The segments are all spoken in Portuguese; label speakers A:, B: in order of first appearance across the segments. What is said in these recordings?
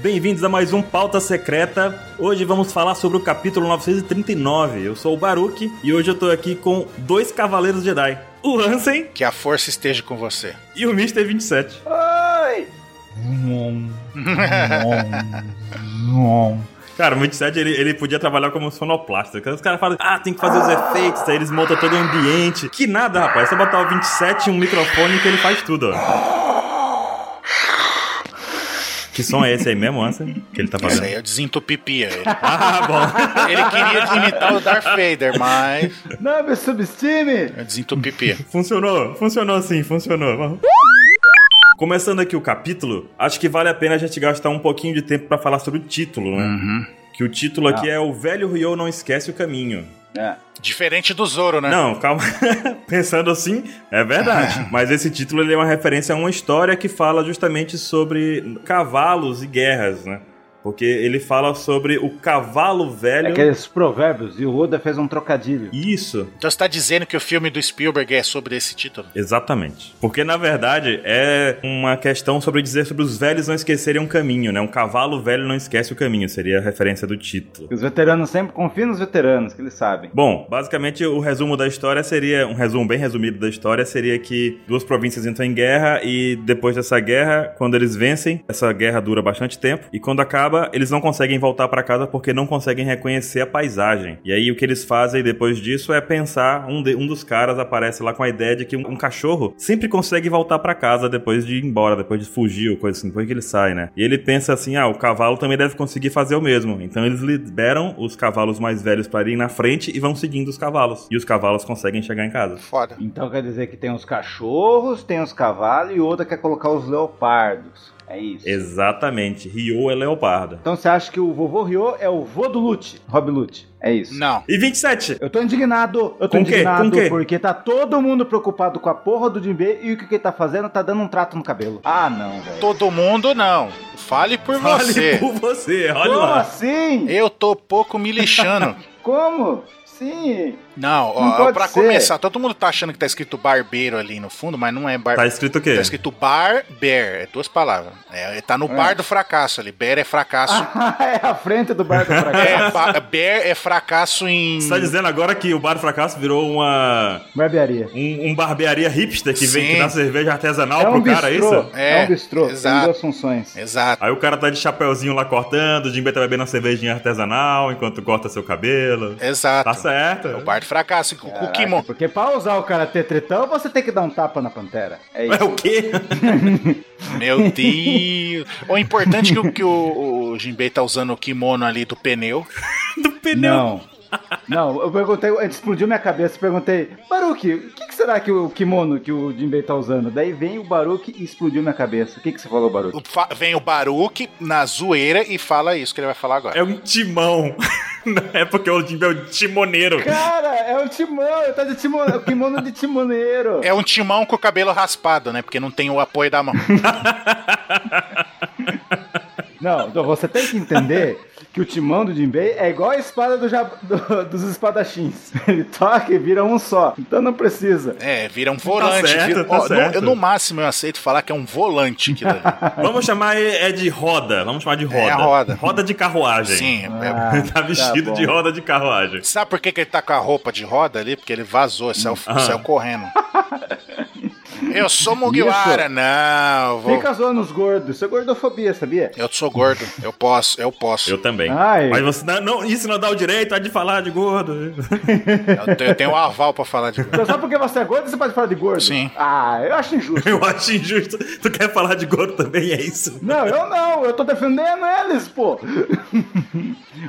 A: Bem-vindos a mais um Pauta Secreta. Hoje vamos falar sobre o capítulo 939. Eu sou o Baruque e hoje eu tô aqui com dois Cavaleiros Jedi. O Ansem
B: Que a força esteja com você.
A: e o Mr. 27.
C: Oi!
A: Cara, o 27 ele, ele podia trabalhar como sonoplasta. Porque Os caras falam, ah, tem que fazer os efeitos, aí eles montam todo o ambiente. Que nada, rapaz. É só botar o 27 e um microfone que ele faz tudo, ó. Que som é esse aí mesmo, Ansem? Que ele tá
B: Isso aí
A: fazendo?
B: eu desentupipia ele.
A: Ah, bom.
B: Ele queria imitar o Darth Vader, mas
C: Não me subestime!
B: eu desentupipia.
A: Funcionou, funcionou sim, funcionou. Começando aqui o capítulo, acho que vale a pena a gente gastar um pouquinho de tempo pra falar sobre o título, né? Que o título aqui é O Velho Ryo Não Esquece o Caminho.
C: É.
B: Diferente do Zoro, né?
A: Não, calma. Pensando assim, é verdade. Mas esse título ele é uma referência a uma história que fala justamente sobre cavalos e guerras, né? Porque ele fala sobre o cavalo velho.
C: é Aqueles provérbios, e o Oda fez um trocadilho.
A: Isso.
B: Então você tá dizendo que o filme do Spielberg é sobre esse título?
A: Exatamente. Porque, na verdade, é uma questão sobre dizer sobre os velhos não esquecerem um caminho, né? Um cavalo velho não esquece o caminho, seria a referência do título.
C: Os veteranos sempre confiam nos veteranos, que eles sabem.
A: Bom, basicamente o resumo da história seria, um resumo bem resumido da história seria que duas províncias entram em guerra e depois dessa guerra, quando eles vencem, essa guerra dura bastante tempo e quando acaba, eles não conseguem voltar pra casa porque não conseguem reconhecer a paisagem. E aí o que eles fazem depois disso é pensar, um, de- um dos caras aparece lá com a ideia de que um, um cachorro sempre consegue voltar pra casa depois de ir embora, depois de fugir ou coisa assim, depois que ele sai, né? E ele pensa assim, ah, o cavalo também deve conseguir fazer o mesmo. Então eles liberam os cavalos mais velhos pra irem na frente e vão seguindo os cavalos. E os cavalos conseguem chegar em casa.
B: Foda.
C: Então quer dizer que tem os cachorros, tem os cavalos e o Oda quer colocar os leopardos. É isso.
A: Exatamente. Ryo é leopardo.
C: Então você acha que o vovô Ryo é o vô do Lute, Rob Lute. É isso.
B: Não.
A: E 27!
C: Eu tô indignado, eu tô
A: Com quê? Com
C: indignado
A: quê?
C: porque tá todo mundo preocupado com a porra do Jinbei e o que que ele tá fazendo tá dando um trato no cabelo. Ah, não, velho.
B: Todo mundo não. Fale por
A: Olhe
B: você.
A: por você, olha
C: Como
A: lá.
C: assim?
B: Eu tô pouco me lixando.
C: Como? Sim.
B: Não, ó,
C: Não pode
B: pra
C: ser.
B: começar, todo mundo tá achando que tá escrito barbeiro ali no fundo, mas não é
A: Tá
B: barbeiro.
A: escrito o quê?
B: Tá escrito bar, bear, é duas palavras. É, tá no bar do fracasso ali. Bear é fracasso.
C: Ah, é a frente do barco pra cá.
B: É, ba- bear é fracasso em.
A: Você tá dizendo agora que o Bar do Fracasso virou uma
C: Barbearia.
A: um, um barbearia hipster que vem
B: Sim.
A: que dá cerveja artesanal
C: é um
A: pro cara, é
C: bistrô.
A: isso?
C: É,
B: É,
C: um bistrô. Tem
B: exato.
C: duas funções.
B: Exato.
A: Aí o cara tá de chapéuzinho lá cortando, o Jimbe tá bebendo uma cervejinha artesanal enquanto corta seu cabelo.
B: Exato.
A: Tá certo.
B: É o bar do fracasso. O
C: Caraca,
B: Kukimon.
C: Porque pra usar o cara ter tritão, você tem que dar um tapa na pantera. É
A: É
C: isso.
A: o quê?
B: Meu Deus. O importante é que, o- que o, o Jinbei tá usando o kimono ali do pneu.
A: Do pneu.
C: Não. Não, eu perguntei, explodiu minha cabeça, eu perguntei, Baruque, o que, que será que o kimono que o Jinbei tá usando? Daí vem o Baruque e explodiu minha cabeça. O que, que você falou, Baruque?
B: O fa- Vem o Baruque na zoeira e fala isso que ele vai falar agora.
A: É um timão. é porque o Jimbe é um timoneiro.
C: Cara, é o timão, tá de timone, é o kimono de timoneiro.
B: É um timão com o cabelo raspado, né? Porque não tem o apoio da mão.
C: Não, então você tem que entender que o timão do Jinbei é igual a espada do jab- do- dos espadachins. Ele toca e vira um só. Então não precisa.
B: É, vira um volante.
A: certo,
B: vira-
A: tá
B: Ó, no-
A: certo.
B: eu, no máximo eu aceito falar que é um volante aquilo ali.
A: Vamos chamar é de roda. Vamos chamar de roda.
B: É a roda.
A: Roda de carruagem.
B: Sim. é-
C: Ah,
A: Ele tá vestido
C: bom.
A: de roda de carruagem.
B: Sabe por que, que ele tá com a roupa de roda ali? Porque ele vazou, saiu,
A: Ah.
B: saiu correndo. Eu sou Mugiwara, não. Vou...
C: Fica zoando os gordos. Isso é gordofobia, sabia?
B: Eu sou gordo, eu posso, eu posso.
A: Eu também.
C: Ai.
A: Mas você não, não- isso não dá o direito a de falar de gordo.
B: Eu, te- eu tenho um aval pra falar de gordo.
C: Então, só porque você é gordo, você pode falar de gordo?
B: Sim.
C: Ah, eu acho injusto.
A: Eu acho injusto. Tu quer falar de gordo também, é isso?
C: Não, eu não, eu tô defendendo eles, pô.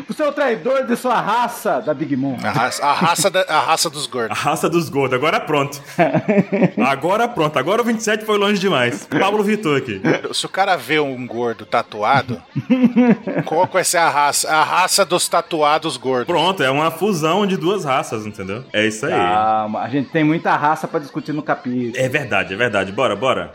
C: Você é o traidor de sua raça da Big
A: Ah,
C: Mom.
B: A raça, a raça, da- a raça dos
A: A
B: gordos.
A: raça dos gordos. Agora pronto. Agora pronto. Agora o 27 foi longe demais. Pablo Vittor aqui.
B: Se o cara vê um gordo tatuado, qual que vai ser a raça? A raça dos tatuados gordos.
A: Pronto, é uma fusão de duas raças, entendeu? É isso aí.
C: Calma, a gente tem muita raça pra discutir no capítulo.
A: É verdade, é verdade. Bora, bora.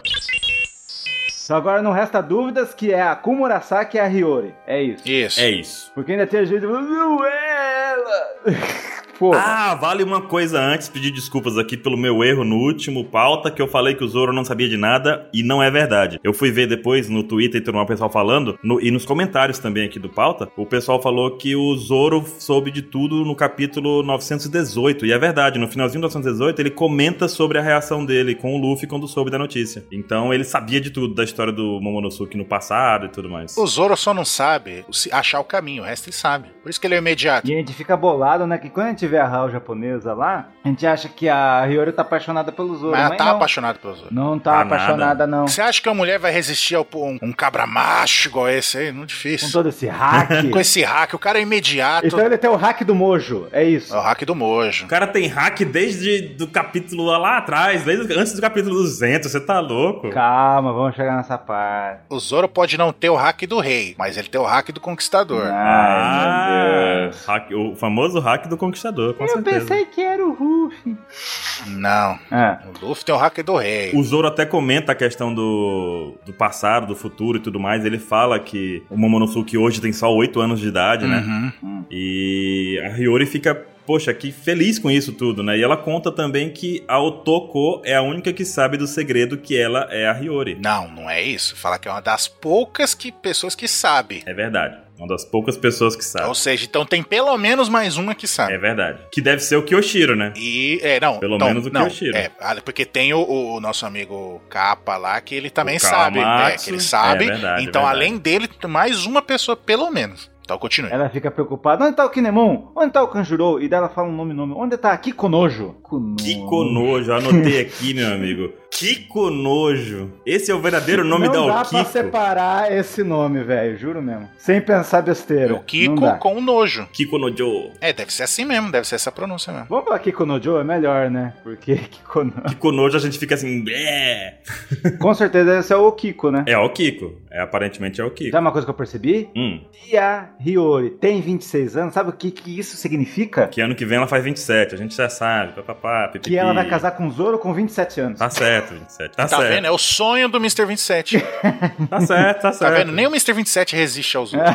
C: Só agora não resta dúvidas que é a Kumurasaki e a Hiyori. É isso.
B: Isso.
A: É isso.
C: Porque ainda tem gente falando, viu é ela? Pô,
A: Ah, vale uma coisa antes, pedir desculpas aqui pelo meu erro no último pauta, que eu falei que o Zoro não sabia de nada, e não é verdade. Eu fui ver depois no Twitter e tudo mais, o pessoal falando, no- e nos comentários também aqui do pauta, o pessoal falou que o Zoro soube de tudo no capítulo 918, e é verdade, no finalzinho do 918 ele comenta sobre a reação dele com o Luffy quando soube da notícia. Então ele sabia de tudo, da história do Momonosuke no passado e tudo mais.
B: O Zoro só não sabe se- achar o caminho, o resto ele sabe. Por isso que ele é imediato.
C: E a gente fica bolado, né? Que quando a gente vê a Hal japonesa lá, a gente acha que a Hiyori tá apaixonada pelo Zoro.
B: Mas
C: Mas,
B: ela tá Ah,
C: não.
B: apaixonada pelo Zoro.
C: Não tá,
A: Tá nada.
C: apaixonada, não.
B: Você acha que uma mulher vai resistir a um, um cabra macho igual esse aí? Não
C: Com
B: difícil.
C: todo esse hack.
B: Com esse hack, o cara é imediato.
C: então ele tem o hack do mojo, é isso.
B: É o hack do
A: O
B: mojo.
A: cara tem hack desde do capítulo lá atrás, desde antes do capítulo 200, você tá louco?
C: Calma, vamos chegar nessa parte.
B: O Zoro pode não ter o hack do rei, mas ele tem o hack do conquistador. Ah.
C: Ai, meu Deus.
A: Ah, hack- o famoso hack do conquistador, com
C: Eu
A: certeza.
C: pensei que era o Ruffy.
B: Não.
C: Ah,
B: O Luffy tem o hack do rei.
A: O Zoro até comenta a questão do, do passado, do futuro e tudo mais. Ele fala que o Momonosuke hoje tem só 8 anos de idade, né?
B: Uhum.
A: E a Hiyori fica, poxa, que feliz com isso tudo, né? E ela conta também que a Otoko é a única que sabe do segredo que ela é a Hiyori.
B: Não, não é isso. Fala que é uma das poucas que, pessoas que sabe.
A: É verdade. Uma das poucas pessoas que sabe.
B: Ou seja, então tem pelo menos mais uma que sabe.
A: É verdade. Que deve ser o Kyoshiro, né?
B: E, é, não.
A: Pelo
B: então,
A: menos o
B: não,
A: Kyoshiro.
B: É, ah, porque tem o, o nosso amigo Kappa lá, que ele também
A: O
B: sabe. É,
A: Kawamatsu.
B: que ele sabe.
A: É verdade,
B: então,
A: é verdade.
B: além dele, tem mais uma pessoa, pelo menos. Então, continue.
C: ela fica preocupada. Onde tá o Kinemon? Onde tá o Kanjuro? E daí ela fala um nome, nome. Onde tá? Kikonojo. Kuno-
A: Que conojo, anotei aqui, meu amigo. Que conojo. Esse é o verdadeiro nome da
C: não dá pra
A: Okiko.
C: separar esse nome, velho. Juro mesmo. Sem pensar besteira.
B: É o
C: Não
B: Kiko
C: dá.
B: com nojo.
A: Kiko Nojo.
B: É, deve ser assim mesmo, deve ser essa pronúncia mesmo.
C: Vamos falar Kikonojo é melhor, né? Porque Kikono...
A: Kiko Nojo, a gente fica assim. É,
C: Com certeza esse é o Kiko, né?
A: é o Kiko. É, aparentemente é o Kiko.
C: Sabe uma coisa que eu percebi?
A: Hum,
C: Se a Hiyori tem 26 anos, sabe o que, que isso significa?
A: que ano que vem ela faz 27, a gente já sabe. Papapá, pipipi.
C: Que ela vai casar com o Zoro com 27 anos.
A: Tá certo, 27. Tá,
B: Tá
A: certo.
B: vendo? É o sonho do Mr. 27.
A: Tá certo, tá
B: Tá
A: certo.
B: vendo? Nem o Mr. 27 resiste aos outros.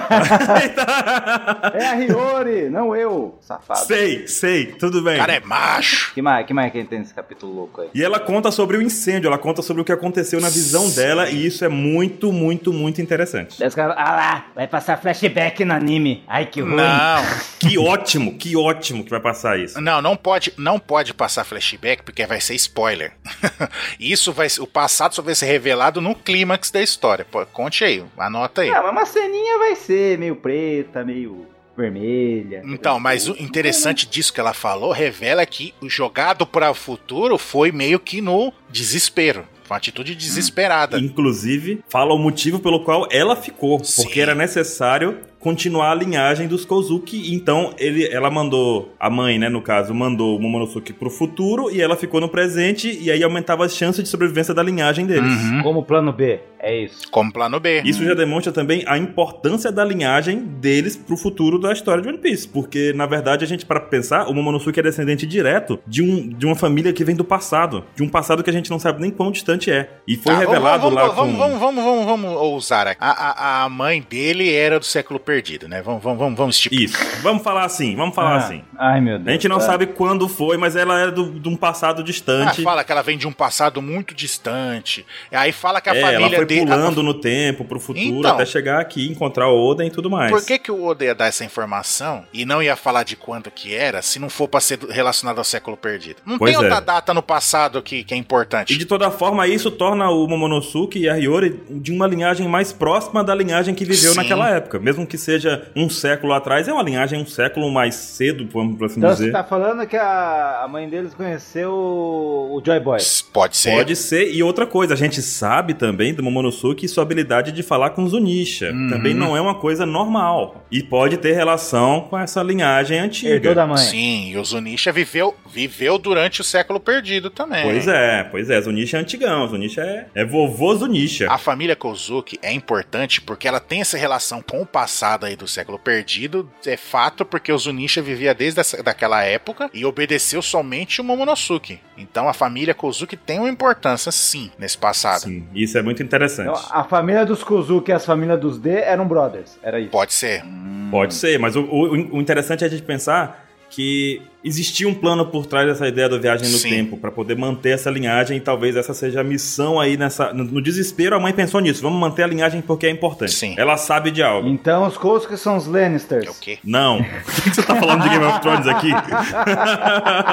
C: É a Hiyori, não eu, safado.
A: sei, sei, tudo bem.
B: O cara é macho.
C: Que mais, que mais que a gente tem nesse capítulo louco aí?
A: E ela conta sobre o incêndio, ela conta sobre o que aconteceu na visão dela, e isso é muito, muito, muito interessante.
B: É.
C: Daí os caras, ah lá, vai passar flashback no anime. Ai, que ruim.
B: Não,
A: Que ótimo, que ótimo que vai passar isso.
B: não, não pode, não pode passar flashback porque vai ser spoiler. Isso vai, ser- o passado só vai ser revelado no clímax da história. Pô, conte aí, anota aí.
C: Ah, mas uma ceninha vai ser meio preta, meio vermelha.
B: Então, mas o interessante disso que ela falou revela que o jogado para o futuro foi meio que no desespero, foi uma atitude desesperada.
A: Hum, Inclusive, fala o motivo pelo qual ela ficou.
B: Sim.
A: Porque era necessário continuar a linhagem dos Kozuki. Então, ele, ela mandou, a mãe, né, no caso, mandou o Momonosuke pro futuro e ela ficou no presente. E aí aumentava as chances de sobrevivência da linhagem deles.
B: Uhum.
C: Como plano B, é isso.
B: Como plano B.
A: Isso já demonstra também a importância da linhagem deles pro futuro da história de One Piece. Porque, na verdade, a gente, para pensar, o Momonosuke é descendente direto de, um, de uma família que vem do passado. De um passado que a gente não sabe nem quão distante é. E foi
B: Tá, vamos-
A: revelado
B: vamos,
A: lá
B: vamos,
A: com...
B: vamos, vamos, vamos, vamos ousar aqui. A, a- a mãe dele era do século perdido, né? Vamos, vamos, vamos, vamos estipular.
A: Isso. Vamos falar assim, vamos falar
C: Ah,
A: assim.
C: Ai, meu Deus.
A: A gente não
B: É.
C: Ah.
A: sabe quando foi, mas ela era do- de um passado
B: Ah,
A: distante.
B: fala que ela vem de um passado muito distante. Aí fala que a
A: é, ela
B: família
A: foi
B: dele.
A: pulando no tempo, pro futuro,
B: Então.
A: até chegar aqui, encontrar o Oden e tudo mais.
B: Por que, que o Oda ia dar essa informação e não ia falar de quando que era, se não for pra ser relacionado ao século perdido? Não
A: Pois
B: tem outra
A: é.
B: data no passado que, que é importante.
A: E de toda forma, isso torna o Momonosuke e a Hiyori de uma linhagem mais próxima da linhagem que viveu
B: Sim.
A: naquela época. Mesmo que seja um século atrás, é uma linhagem um século mais cedo, por assim
C: Então você
A: dizer.
C: tá falando que a, a mãe deles conheceu o o Joy Boy.
B: Pode ser.
A: Pode ser. E outra coisa, a gente sabe também do Momonosuke sua habilidade de falar com Zunisha.
B: Uhum.
A: Também não é uma coisa normal. E pode ter relação com essa linhagem
C: Herdou da
A: antiga.
C: mãe.
B: Sim, e o Zunisha viveu, viveu durante o século perdido também.
A: Pois é, pois é. Zunisha é antigão. Zunisha é, é vovô Zunisha.
C: Ah,
B: A família Kozuki é importante porque ela tem essa relação com o passado aí do século perdido. É fato porque o Zunisha vivia desde essa, daquela época e obedeceu somente o Momonosuke. Então a família Kozuki tem uma importância sim nesse passado.
A: Sim, isso é muito interessante.
C: Então, a família dos Kozuki e as famílias dos D eram brothers. Era isso.
B: Pode ser.
A: Hum. Pode ser, mas o, o- o interessante é a gente pensar que existia um plano por trás dessa ideia da viagem no
B: Sim.
A: tempo para poder manter essa linhagem e talvez essa seja a missão aí nessa no, no desespero a mãe pensou nisso vamos manter a linhagem porque é importante
B: Sim.
A: ela sabe de algo
C: Então os Kosuke são os Lannisters.
B: É o quê?
A: não por que você tá falando de Game of Thrones aqui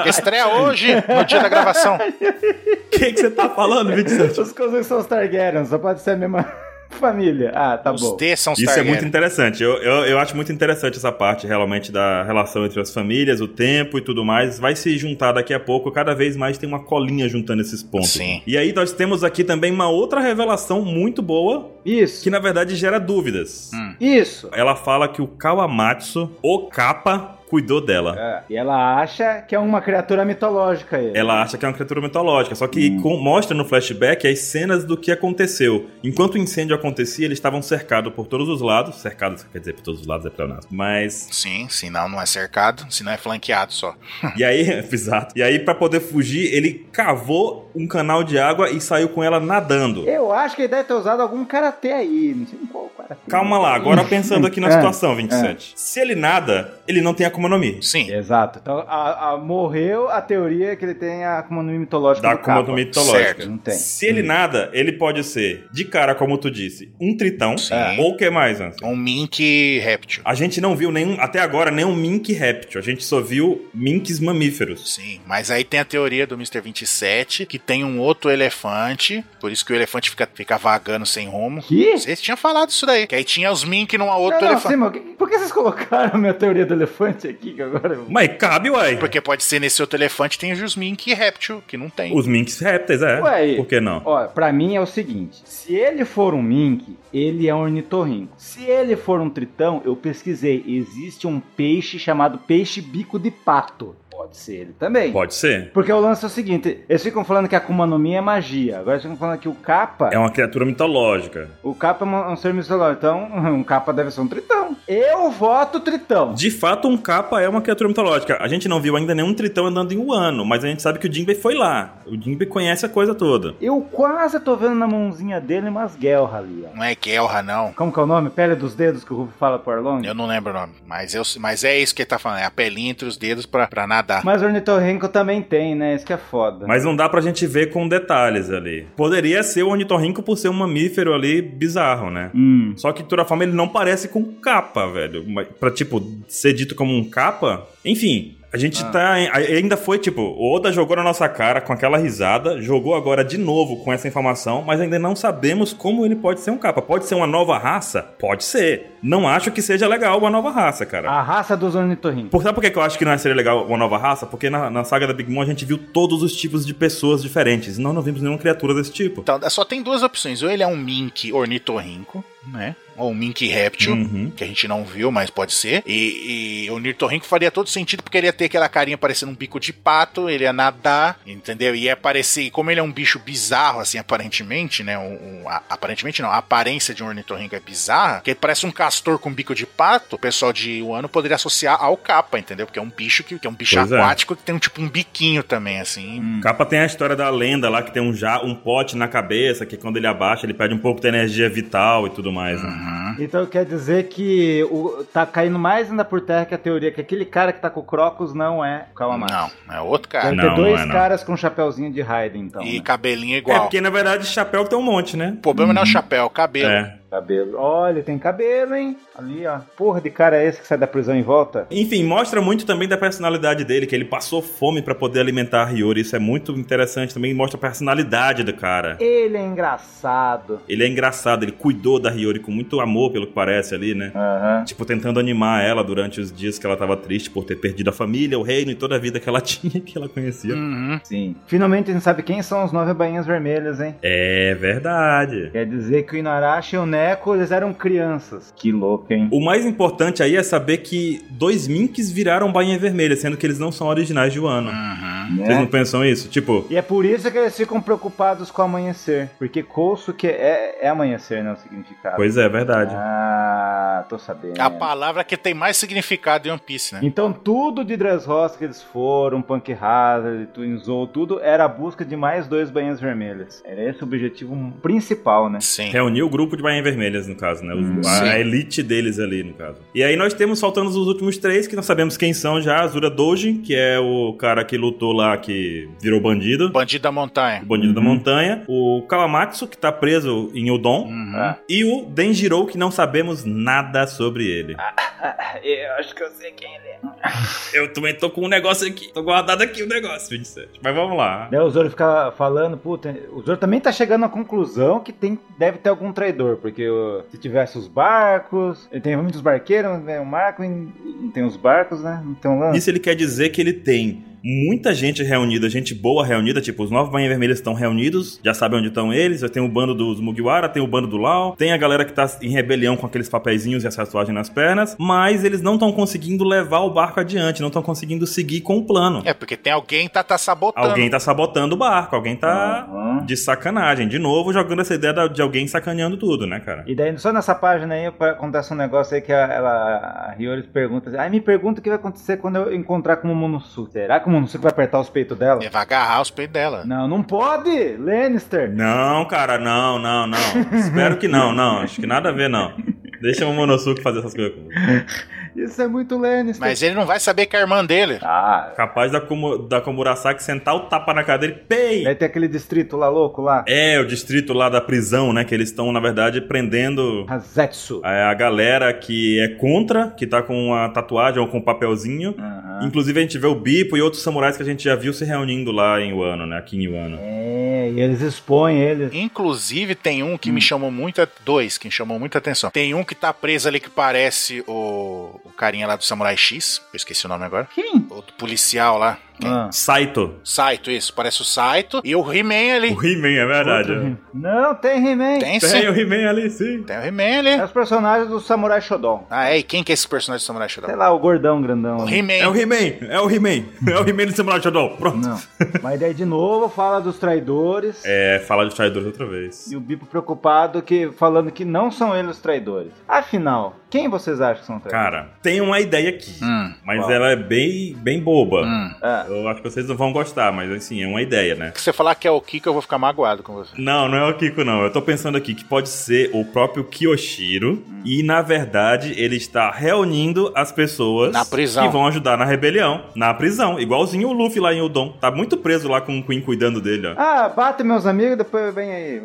B: Que estreia hoje, no dia da gravação.
A: o que, que você tá falando Vicente
C: Os Kosuke são os Targaryens, só pode ser a mesma família. Ah, tá
B: Os
C: bom.
B: D são os
A: Isso é
B: Targaryen.
A: muito interessante. Eu, eu, eu acho muito interessante essa parte realmente da relação entre as famílias, o tempo e tudo mais. Vai se juntar daqui a pouco. Cada vez mais tem uma colinha juntando esses pontos.
B: Sim.
A: E aí nós temos aqui também uma outra revelação muito boa,
C: Isso.
A: que na verdade gera dúvidas.
B: Hum.
C: Isso.
A: Ela fala que o Kawamatsu, o Kappa, cuidou dela.
C: É, E ela acha que é uma criatura mitológica. Ele.
A: Ela acha que é uma criatura mitológica, só que
B: Hum.
A: com- mostra no flashback as cenas do que aconteceu. Enquanto o incêndio acontecia, eles estavam cercados por todos os lados. Cercados, quer dizer, por todos os lados é pleonasmo. Mas
B: Sim, senão não é cercado, senão é flanqueado só.
A: E aí, exato. E aí, pra poder fugir, ele cavou um canal de água e saiu com ela nadando.
C: Eu acho que ele deve ter usado algum karatê aí. Não sei qual karatê.
A: Calma lá, agora pensando aqui na
C: É,
A: situação, 27. Se ele nada, ele não tem Akuma no Mi.
B: Sim.
C: Exato. Então a- a- morreu a teoria que ele tem a Akuma no Mi mitológica.
A: Da
C: do
A: Akuma
C: Kappa.
A: no Mi mitológica.
B: Certo.
C: Não tem. Uhum.
A: Se ele nada, ele pode ser, de cara, como tu disse, um tritão.
B: Sim.
A: Ou o que mais, Anson?
B: Um mink réptil.
A: A gente não viu nenhum, até agora, nenhum mink réptil. A gente só viu minks mamíferos.
B: Sim, mas aí tem a teoria do Mr. 27, que tem um outro elefante, por isso que o elefante fica, fica vagando sem rumo.
C: Que?
B: Vocês tinham falado isso daí, que aí tinha os mink numa
C: Não,
B: outro
C: não,
B: elefante.
C: sim, mas o que- por que vocês colocaram a minha teoria do elefante aqui? Que agora eu...
A: Mas cabe, uai.
B: Porque pode ser nesse outro elefante tem os mink réptil, que não tem.
A: Os minks répteis, é.
C: Ué, e-
A: Por que não?
C: Olha, pra mim é o seguinte: se ele for um mink, ele é um ornitorrinco. Se ele for um tritão, eu pesquisei, existe um peixe chamado peixe bico de pato. Pode ser ele também.
A: Pode ser.
C: Porque o lance é o seguinte, eles ficam falando que a Akuma no Mi é magia. Agora eles ficam falando que o Kappa,
A: É uma criatura mitológica.
C: o Kappa é um- um ser mitológico. Então, um Kappa deve ser um tritão. Eu voto tritão.
A: De fato, um capa é uma criatura mitológica. A gente não viu ainda nenhum tritão andando em um ano, mas a gente sabe que o Jinbe foi lá. O Jinbe conhece a coisa toda.
C: Eu quase tô vendo na mãozinha dele umas guerras ali, ó.
B: Não é Guelra, não.
C: Como que é o nome? Pele dos dedos que o Rufo fala pro Arlong?
B: Eu não lembro o nome, mas, eu, mas é isso que ele tá falando, é a pelinha entre os dedos pra, pra nadar.
C: Mas o ornitorrinco também tem, né? Isso que é foda.
A: Mas não dá pra gente ver com detalhes ali. Poderia ser o ornitorrinco por ser um mamífero ali bizarro, né?
C: Hum.
A: Só que, de toda forma, ele não parece com capa, velho. Mas Pra, tipo, ser dito como um capa... Enfim... A gente
C: Ah.
A: tá. em- a- Ainda foi tipo, o Oda jogou na nossa cara com aquela risada, jogou agora de novo com essa informação, mas ainda não sabemos como ele pode ser um capa. Pode ser uma nova raça? Pode ser. Não acho que seja legal uma nova raça, cara.
C: A raça dos ornitorrincos.
A: Por, sabe por que que eu acho que não seria legal uma nova raça? Porque na, na saga da Big Mom a gente viu todos os tipos de pessoas diferentes. E nós não vimos nenhuma criatura desse tipo.
B: Então, só tem duas opções. Ou ele é um mink ornitorrinco, né? Ou um mink réptil,
A: Uhum.
B: que a gente não viu, mas pode ser. E, e o ornitorrinco faria todo sentido, porque ele ia ter aquela carinha parecendo um bico de pato, ele ia nadar, entendeu? E ia aparecer... E como ele é um bicho bizarro, assim, aparentemente, né? Um, um- a- aparentemente não, a aparência de um ornitorrinco é bizarra, que ele parece um castor com bico de pato, o pessoal de Wano poderia associar ao capa, entendeu? Porque é um bicho que, que é um bicho
A: Pois é. Hum.
B: aquático que tem um tipo um biquinho também, assim,
A: Capa tem a história da lenda lá que tem um, ja, um pote na cabeça que quando ele abaixa ele perde um pouco da energia vital e tudo mais. Né?
C: Então quer dizer que o, tá caindo mais ainda por terra que a teoria que aquele cara que tá com o Crocus não é o Kawamatsu.
B: Não, é outro cara.
C: Deve
A: Não,
C: ter dois
A: não é, não.
C: caras com um chapéuzinho de Raiden, então.
B: e
C: né?
B: cabelinho
A: É
B: igual.
A: porque na verdade chapéu tem um monte, né?
B: O problema não é o chapéu, é o cabelo.
A: É.
C: Cabelo. Olha, tem cabelo, hein? Ali, ó. Porra de cara é esse que sai da prisão em volta?
A: Enfim, mostra muito também da personalidade dele, que ele passou fome pra poder alimentar a Hiyori. Isso é muito interessante também, mostra a personalidade do cara.
C: Ele é engraçado.
A: Ele é engraçado, ele cuidou da Hiyori com muito amor, pelo que parece ali, né?
C: Aham.
A: Tipo, tentando animar ela durante os dias que ela tava triste por ter perdido a família, o reino e toda a vida que ela tinha, que ela conhecia.
B: Uhum.
C: Sim. Finalmente a gente sabe quem são os nove bainhas vermelhas, hein?
A: É verdade.
C: Quer dizer que o Inarashi e o Neko, eles eram crianças. Que louco, hein?
A: O mais importante aí é saber que dois minks viraram bainha vermelha, sendo que eles não são originais de Wano.
B: Uhum.
C: Né?
A: Vocês não pensam isso? Tipo,
C: E é por isso que eles ficam preocupados com o amanhecer. Porque Kosu que é, é amanhecer, né? O significado.
A: pois é, é verdade.
C: Ah, tô sabendo.
B: É A palavra que tem mais significado em One Piece, né?
C: Então tudo de Dressrosa que eles foram, Punk Hazard, Twin Zou, tudo era a busca de mais dois banhas vermelhas. Era esse o objetivo principal, né?
B: Sim.
A: Reuniu o grupo de bainha vermelhas, no caso, né? Os-
C: Hum,
A: a,
B: sim.
A: elite deles ali, no caso. E aí nós temos faltando os últimos três, que nós sabemos quem são já. Azura Dojin, que é o cara que lutou lá, que virou bandido.
B: Bandido da
A: O
B: montanha.
A: bandido da
C: Uhum.
A: montanha. O Kawamatsu, que tá preso em Udon.
B: Uhum.
C: Ah,
A: E o Denjiro, que não sabemos nada sobre ele.
C: ah, eu acho que eu sei quem ele é.
A: Eu também tô com um negócio aqui. Tô guardado aqui o negócio, 27. Mas vamos lá.
C: Daí o Zoro fica falando, puta, o Zoro também tá chegando à conclusão que tem, deve ter algum traidor, porque ó, se tivesse os barcos, tem muitos barqueiros, né, o Marco e não tem os barcos, né, não tem um lance.
A: Isso ele quer dizer que ele tem muita gente reunida, gente boa reunida, tipo, os nove bainhas vermelhas estão reunidos, já sabem onde estão eles, tem o bando dos Mugiwara, tem o bando do Lau, tem a galera que tá em rebelião com aqueles papeizinhos e as tatuagens nas pernas, mas eles não estão conseguindo levar o barco adiante, não estão conseguindo seguir com o plano.
B: É, porque tem alguém que tá, tá sabotando.
A: Alguém tá sabotando o barco, alguém tá
C: Uhum.
A: de sacanagem, de novo jogando essa ideia da- de alguém sacaneando tudo, né, cara?
C: E daí, só nessa página aí, pra- acontece um negócio aí que a- ela, a Hiyori pergunta assim, ai, me pergunta o que vai acontecer quando eu encontrar com o Momonosuke. Será que o Momonosuke vai apertar os peitos dela?
B: Ele vai agarrar os peitos dela.
C: Não, não pode, Lannister.
A: Não, cara, não, não, não. Espero que não, não. Acho que nada a ver, não. Deixa o Momonosuke fazer essas coisas. comigo.
C: Isso é muito Lannister.
B: Mas ele não vai saber que é a irmã dele.
C: Ah,
A: Capaz da, Kumu- da Komurasaki sentar o tapa na cadeira e pei!
C: daí tem aquele distrito lá louco lá,
A: É, o distrito lá da prisão, né? Que eles estão, na verdade, prendendo
C: Hazetsu.
A: a, a galera que é contra, que tá com a tatuagem ou com o papelzinho.
C: Aham.
A: Inclusive, a gente vê o Bipo e outros samurais que a gente já viu se reunindo lá em Wano, né? Aqui em Wano.
C: É, e eles expõem eles.
B: Inclusive, tem um que me chamou muito. a- Dois que me chamou muita atenção. Tem um que tá preso ali que parece o, o carinha lá do Samurai X. Eu esqueci o nome agora.
C: Quem?
B: O do policial lá.
C: Ah,
A: Saito.
B: Saito, isso. Parece o Saito. E o He-Man ali.
A: O He-Man, é verdade.
C: outro He- Não, tem He-Man.
B: Tem sim.
A: Tem o He-Man ali, sim.
B: Tem o He-Man ali.
C: É os personagens do Samurai Shodown.
B: Ah, é? E quem que é esse personagem do Samurai
C: Sei
B: Shodown?
C: lá, o gordão grandão.
B: O
C: ali.
B: He-Man.
A: É o He-Man, é o He-Man. É o He-Man do Samurai Shodown. Pronto.
C: Não. Mas daí de novo fala dos traidores.
A: É, falar de traidores outra vez.
C: E o Bipo preocupado que falando que não são eles os traidores. Afinal, quem vocês acham que são traidores?
A: Cara, tem uma ideia aqui,
B: Hum,
A: mas
C: qual?
A: ela é bem, bem boba.
B: hum.
C: Ah,
A: Eu acho que vocês não vão gostar, mas assim, é uma ideia, né?
B: Se você falar que é o Kiko, eu vou ficar magoado com você.
A: Não, não é o Kiko, não. Eu tô pensando aqui que pode ser o próprio Kiyoshiro.
B: Hum.
A: E, na verdade, ele está reunindo as pessoas
B: Na prisão.
A: que vão ajudar na rebelião. Na prisão. Igualzinho o Luffy lá em Udon. Tá muito preso lá com o Queen cuidando dele, ó.
C: ah, bate meus amigos, depois vem aí.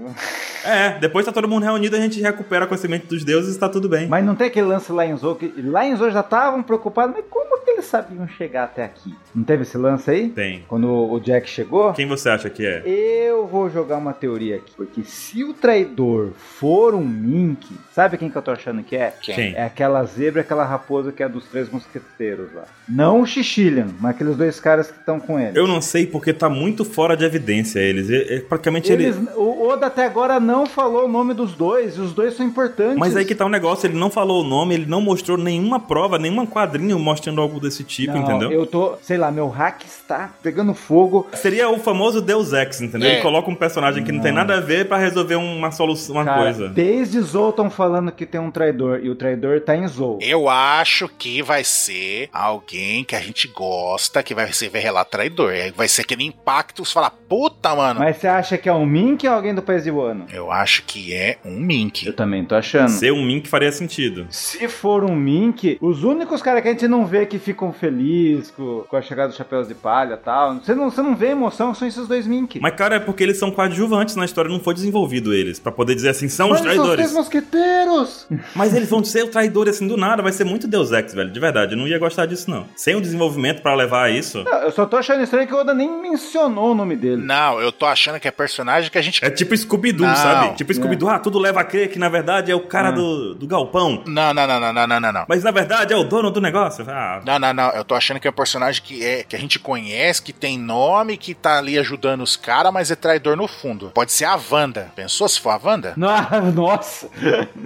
A: É, depois tá todo mundo reunido, a gente recupera o conhecimento dos deuses e tá tudo bem.
C: Mas não tem aquele lance lá em Zou que lá em Zou já estavam preocupados, mas como que eles sabiam chegar até aqui? Não teve esse lance aí?
A: Tem.
C: Quando o Jack chegou?
A: Quem você acha que é?
C: Eu vou jogar uma teoria aqui, porque se o traidor for um Mink, sabe quem que eu tô achando que é?
B: Quem?
A: Quem?
C: É aquela zebra, aquela raposa que é dos três mosqueteiros lá. Não o Xixilian, mas aqueles dois caras que estão com ele.
A: Eu não sei porque tá muito fora de evidência eles. É- é praticamente
C: Eles,
A: ele.
C: o Oda até agora não falou o nome dos dois, e os dois são importantes.
A: Mas aí que tá o negócio, ele não falou o nome, ele não mostrou nenhuma prova, nenhum quadrinho mostrando algo desse tipo,
C: Não,
A: entendeu?
C: Eu tô, sei lá, meu hack está pegando fogo.
A: Seria o famoso Deus Ex, entendeu?
B: É.
A: Ele coloca um personagem que não, tem nada a ver pra resolver uma solução, uma
C: Cara,
A: coisa.
C: desde Zou estão falando que tem um traidor, e o traidor tá em Zou.
B: Eu acho que vai ser alguém que a gente gosta, que vai se revelar traidor. Aí Vai ser aquele impacto, você fala, puta, mano.
C: Mas você acha que é um Mink ou alguém do país de Wano?
B: Eu acho que é um Mink.
C: Eu também tô achando.
A: Ser um Mink faria sentido.
C: Se for um Mink, os únicos caras que a gente não vê que ficam felizes com, com a chegada dos chapéus de palha e tal, você não, você não vê emoção, são esses dois Mink.
A: Mas, cara, é porque eles são coadjuvantes na história, não foi desenvolvido eles. Pra poder dizer assim, são
C: Mas
A: os
C: eles são os
A: traidores.
C: três mosqueteiros!
A: Mas eles vão ser o traidor assim do nada, vai ser muito Deus Ex, velho. De verdade, eu não ia gostar disso, não. Sem o desenvolvimento pra levar a isso.
C: Não, Tá, Eu só tô achando estranho que o Oda nem mencionou o nome dele.
B: Não, eu tô achando que é personagem que a gente.
A: É tipo Scooby-Doo,
B: Não.
A: sabe? Tipo Scooby-Doo, ah, tudo leva a crer que na verdade é o cara
C: Ah.
A: do, do galpão,
B: Não, não, não, não, não, não, não, não.
A: mas na verdade é o dono do negócio. Ah,
B: Não, não, não. Eu tô achando que é um personagem que é que a gente conhece, que tem nome, que tá ali ajudando os caras, mas é traidor no fundo. Pode ser a Wanda. Pensou se for a Wanda?
C: No- Nossa!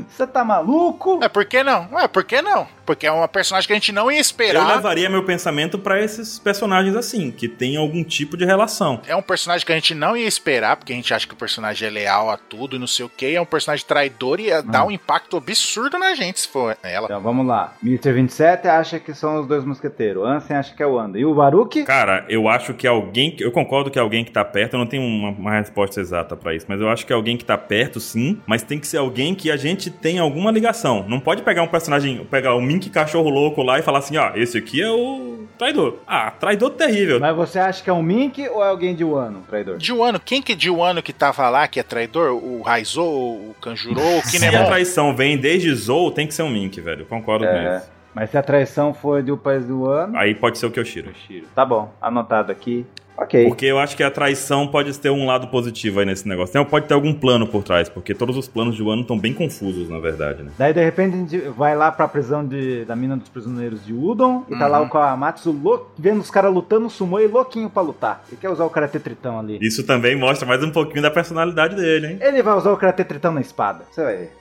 C: Você tá maluco?
B: É, por que não? É, por que não? porque é uma personagem que a gente não ia
A: Eu
B: esperar.
A: levaria meu pensamento pra esses personagens assim, que tem algum tipo de relação.
B: É um personagem que a gente não ia esperar, porque a gente acha que o personagem é leal a tudo e não sei o que. É um personagem traidor e ia dar um impacto absurdo na gente se for ela.
C: Então vamos lá. Mr. 27 acha que são os dois mosqueteiros. Ansem acha que é o Wanda. E o Baruque?
A: Cara, eu acho que alguém. que- Eu concordo que alguém que tá perto, eu não tenho uma, uma resposta exata pra isso, mas eu acho que alguém que tá perto, sim, mas tem que ser alguém que a gente tem alguma ligação. Não pode pegar um personagem, pegar o Mink cachorro louco lá e falar assim, ó, esse aqui é o traidor. Ah, traidor terrível.
C: Mas você acha que é um Mink ou é alguém de Wano, traidor?
B: De Wano, quem que de Wano que tava lá, que é traidor? O Raizou, o Kanjuro, o
A: Se a
B: Kinemon?
A: traição vem desde Zou, tem que ser um Mink, velho. Eu Concordo com
C: É.
A: isso.
C: Mas se a traição for do país do Wano.
A: Aí pode ser o Kyoshiro.
C: Tá bom, anotado aqui. Ok.
A: Porque eu acho que a traição pode ter um lado positivo aí nesse negócio. Tem, pode ter algum plano por trás, porque todos os planos de Wano estão bem confusos, na verdade, né?
C: Daí de repente a gente vai lá pra prisão de, da mina dos prisioneiros de Udon e tá lá o Kawamatsu lou- vendo os caras lutando, sumou e louquinho pra lutar. Ele quer usar o Karate Tritão ali.
A: Isso também mostra mais um pouquinho da personalidade dele, hein?
C: Ele vai usar o Karate Tritão na espada. Você vai ver.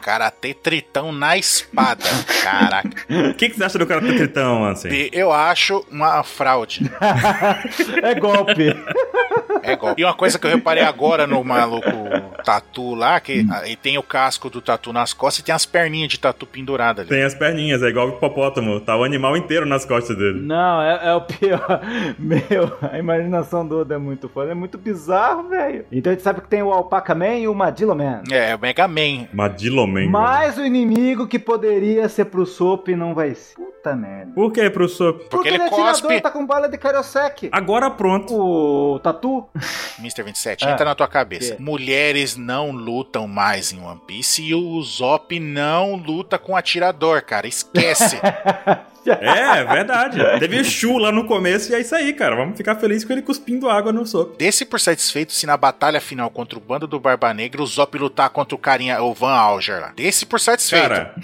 B: Karatê Tritão na espada. Caraca.
A: O que, que você acha do Karate assim? Tritão, Ansem?
B: Eu acho uma fraude.
C: é golpe.
B: É golpe. E uma coisa que eu reparei agora no maluco tatu lá, que
A: Hum.
B: ah, ele tem o casco do tatu nas costas e tem as perninhas de tatu penduradas ali.
A: Tem as perninhas, é igual o hipopótamo. Tá o animal inteiro nas costas dele.
C: Não, é, é o pior. Meu, a imaginação do Oda é muito foda. É muito bizarro, velho. Então a gente sabe que tem o Alpaca Man e o Madilo Man.
B: É, o Mega Man.
A: Madilomen.
C: Mas o inimigo que poderia ser pro Sop não vai ser. Puta merda.
A: Por que, professor?
B: Porque ele
C: é atirador
B: cospe.
C: e tá com bala de Kairosek.
A: Agora pronto.
C: O Tatu
B: Mr. 27,
C: Ah,
B: entra na tua cabeça.
A: É.
C: que?
B: Mulheres não lutam mais em One Piece e o Zop não luta com atirador, cara. Esquece.
A: É, verdade. Teve o Shu lá no começo e é isso aí, cara. Vamos ficar felizes com ele cuspindo água no soco.
B: Desse por satisfeito se na batalha final contra o bando do Barba Negra o Zop lutar contra o carinha, o Van Alger lá. Desse por satisfeito.
A: Cara,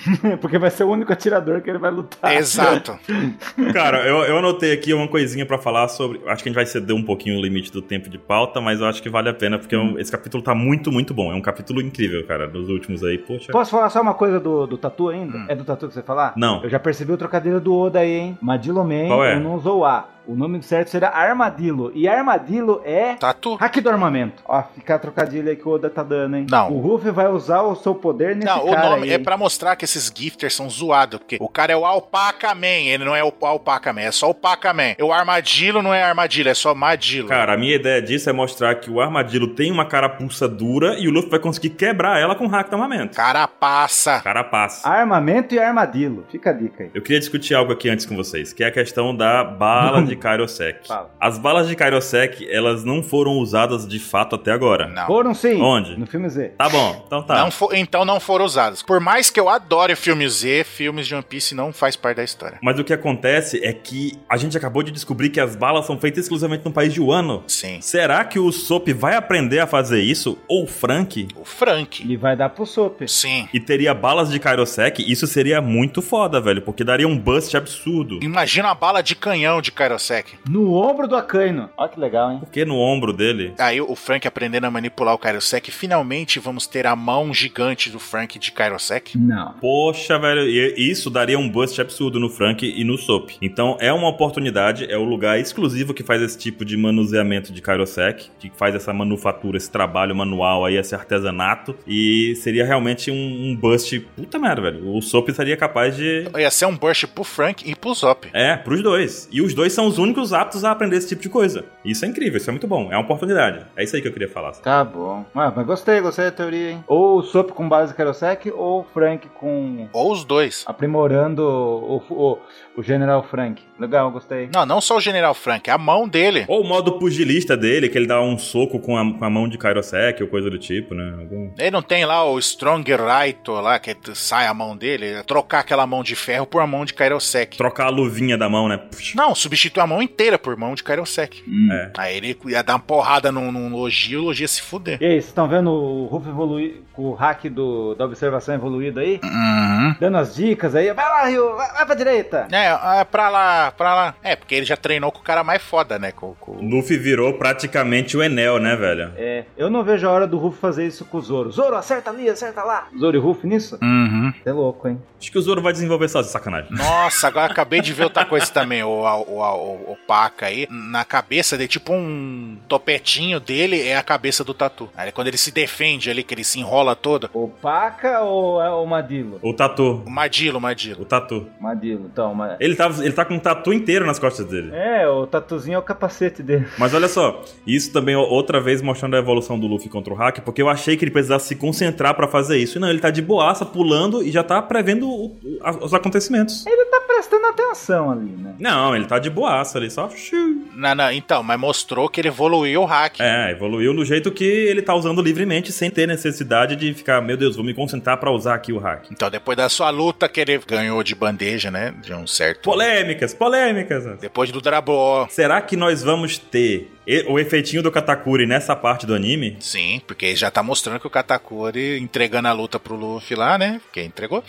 C: Porque vai ser o único atirador que ele vai lutar.
B: Exato.
A: Cara, eu, eu anotei aqui uma coisinha pra falar sobre. Acho que a gente vai ceder um pouquinho o limite do tempo de pauta, mas eu acho que vale a pena, porque é um- esse capítulo tá muito, muito bom. É um capítulo incrível, cara, dos últimos aí. Poxa.
C: Posso falar só uma coisa do, do Tatu ainda?
B: Hum.
C: É do Tatu que você falar?
A: Não.
C: Eu já percebi o trocadilho do Oda aí, hein? Madilo Man,
A: Qual é?
C: eu não usou o A. O nome certo seria Armadilo. E Armadilo é
B: Tatu.
C: hack do armamento. Ó, fica a trocadilha aí que o Oda tá dando, hein?
B: Não.
C: O Ruffy vai usar o seu poder nesse
B: Não, o
C: cara
B: nome
C: aí.
B: é pra mostrar que esses gifters são zoados, porque o cara é o Alpaca Man, ele não é o Alpaca Man, é só o Paca Man. O Armadilo não é Armadilho, é só Madilo.
A: Cara, a minha ideia disso é mostrar que o armadilho tem uma carapuça dura e o Luffy vai conseguir quebrar ela com hack de armamento.
B: Carapaça. Ah.
A: Carapaça.
C: Armamento e armadilo. Fica a dica aí.
A: Eu queria discutir algo aqui antes com vocês, que é a questão da bala de Kairosek.
C: Fala.
A: As balas de Kairosek, elas não foram usadas de fato até agora.
B: Não.
C: Foram sim.
A: Onde?
C: No filme Z.
A: Tá bom, então tá.
B: Não fo- então não foram usados. Por mais que eu adore filme Z, filmes de One Piece não faz parte da história.
A: Mas o que acontece é que a gente acabou de descobrir que as balas são feitas exclusivamente no país de Wano.
B: Sim.
A: Será que o Sop vai aprender a fazer isso? Ou o Frank?
B: O Frank.
C: Ele vai dar pro Sop.
B: Sim.
A: E teria balas de Kairosek? Isso seria muito foda, velho, porque daria um bust absurdo.
B: Imagina a bala de canhão de Kairosek.
C: No ombro do Akaino. Ó que legal, hein?
A: Porque no ombro dele.
B: Aí o Frank aprendendo a manipular o Kairosek. Finalmente vamos ter a mão gigante do Frank de Kairosek.
C: Não.
A: Poxa, velho, e- isso daria um bust absurdo no Frank e no Sop. Então é uma oportunidade, é o lugar exclusivo que faz esse tipo de manuseamento de Kairosek, que faz essa manufatura, esse trabalho manual aí, esse artesanato. E seria realmente um, um bust. Puta merda, velho. O Sop seria capaz de.
B: Ia ser um burst pro Frank e pro Zop.
A: É, pros dois. E os dois são os únicos aptos a aprender esse tipo de coisa. Isso é incrível, isso é muito bom. É uma oportunidade. É isso aí que eu queria falar.
C: Tá bom. Ah, mas gostei, gostei da teoria, hein? Ou o Sop com base de Kairosek, ou o Frank com.
B: Ou os dois.
C: aprimorando o, o, o General Frank. Legal, gostei.
B: Não, não só o General Frank, a mão dele.
A: Ou o modo pugilista dele, que ele dá um soco com a, com a mão de Kairosek ou coisa do tipo, né? Algum-
B: Ele não tem lá o Strong Raito lá, que sai a mão dele. é Trocar aquela mão de ferro por a mão de Kairosek.
A: Trocar a luvinha da mão, né? Puxa.
B: Não, substitui a mão inteira por mão de Kairosek.
A: É.
B: Aí ele ia dar uma porrada num, num Logia e o Logia se fuder.
C: E aí, vocês estão vendo o Ruff evoluir com o hack do, da observação evoluída aí?
B: Uhum.
C: Dando as dicas aí. Vai lá, Ryu, vai, vai pra direita.
B: É, é pra lá, lá, pra lá. É, porque ele já treinou com o cara mais foda, né? Com, com...
A: O Luffy virou praticamente o Enel, né, velho?
C: É, eu não vejo a hora do Ruff fazer isso com o Zoro. Zoro, acerta ali, acerta lá. Zoro e Ruff nisso?
B: Uhum.
C: É louco, hein?
A: Acho que o Zoro vai desenvolver sozinho, sacanagem.
B: Nossa, agora acabei de ver outra coisa também, o, o, o, o Paca aí. Na cabeça dele, tipo um topetinho dele é a cabeça do Tatu. Aí quando ele se defende ali, que ele se enrola todo.
C: O Paca ou é o Madilo?
A: O Tatu.
B: O Madilo, o Madilo.
A: O Tatu.
C: Madilo, então, mas...
A: Ele tá, ele tá com um tatu inteiro nas costas dele.
C: É, o tatuzinho é o capacete dele.
A: Mas olha só, isso também é outra vez mostrando a evolução do Luffy contra o Hack, porque eu achei que ele precisasse se concentrar pra fazer isso. E não, ele tá de boaça, pulando e já tá prevendo o- o- a- os acontecimentos.
C: Ele tá prestando atenção ali, né?
A: Não, ele tá de boaça ali, só. xiu.
B: Não, não, então, mas mostrou que ele evoluiu o hack.
A: É, evoluiu do jeito que ele tá usando livremente, sem ter necessidade de ficar, meu Deus, vou me concentrar pra usar aqui o hack.
B: Então, depois da sua luta que ele ganhou de bandeja, né? De um certo.
A: Polêmicas, polêmicas.
B: Depois do Drabó.
A: Será que nós vamos ter e- o efeitinho do Katakuri nessa parte do anime?
B: Sim, porque já tá mostrando que o Katakuri entregando a luta pro Luffy lá, né? Porque entregou.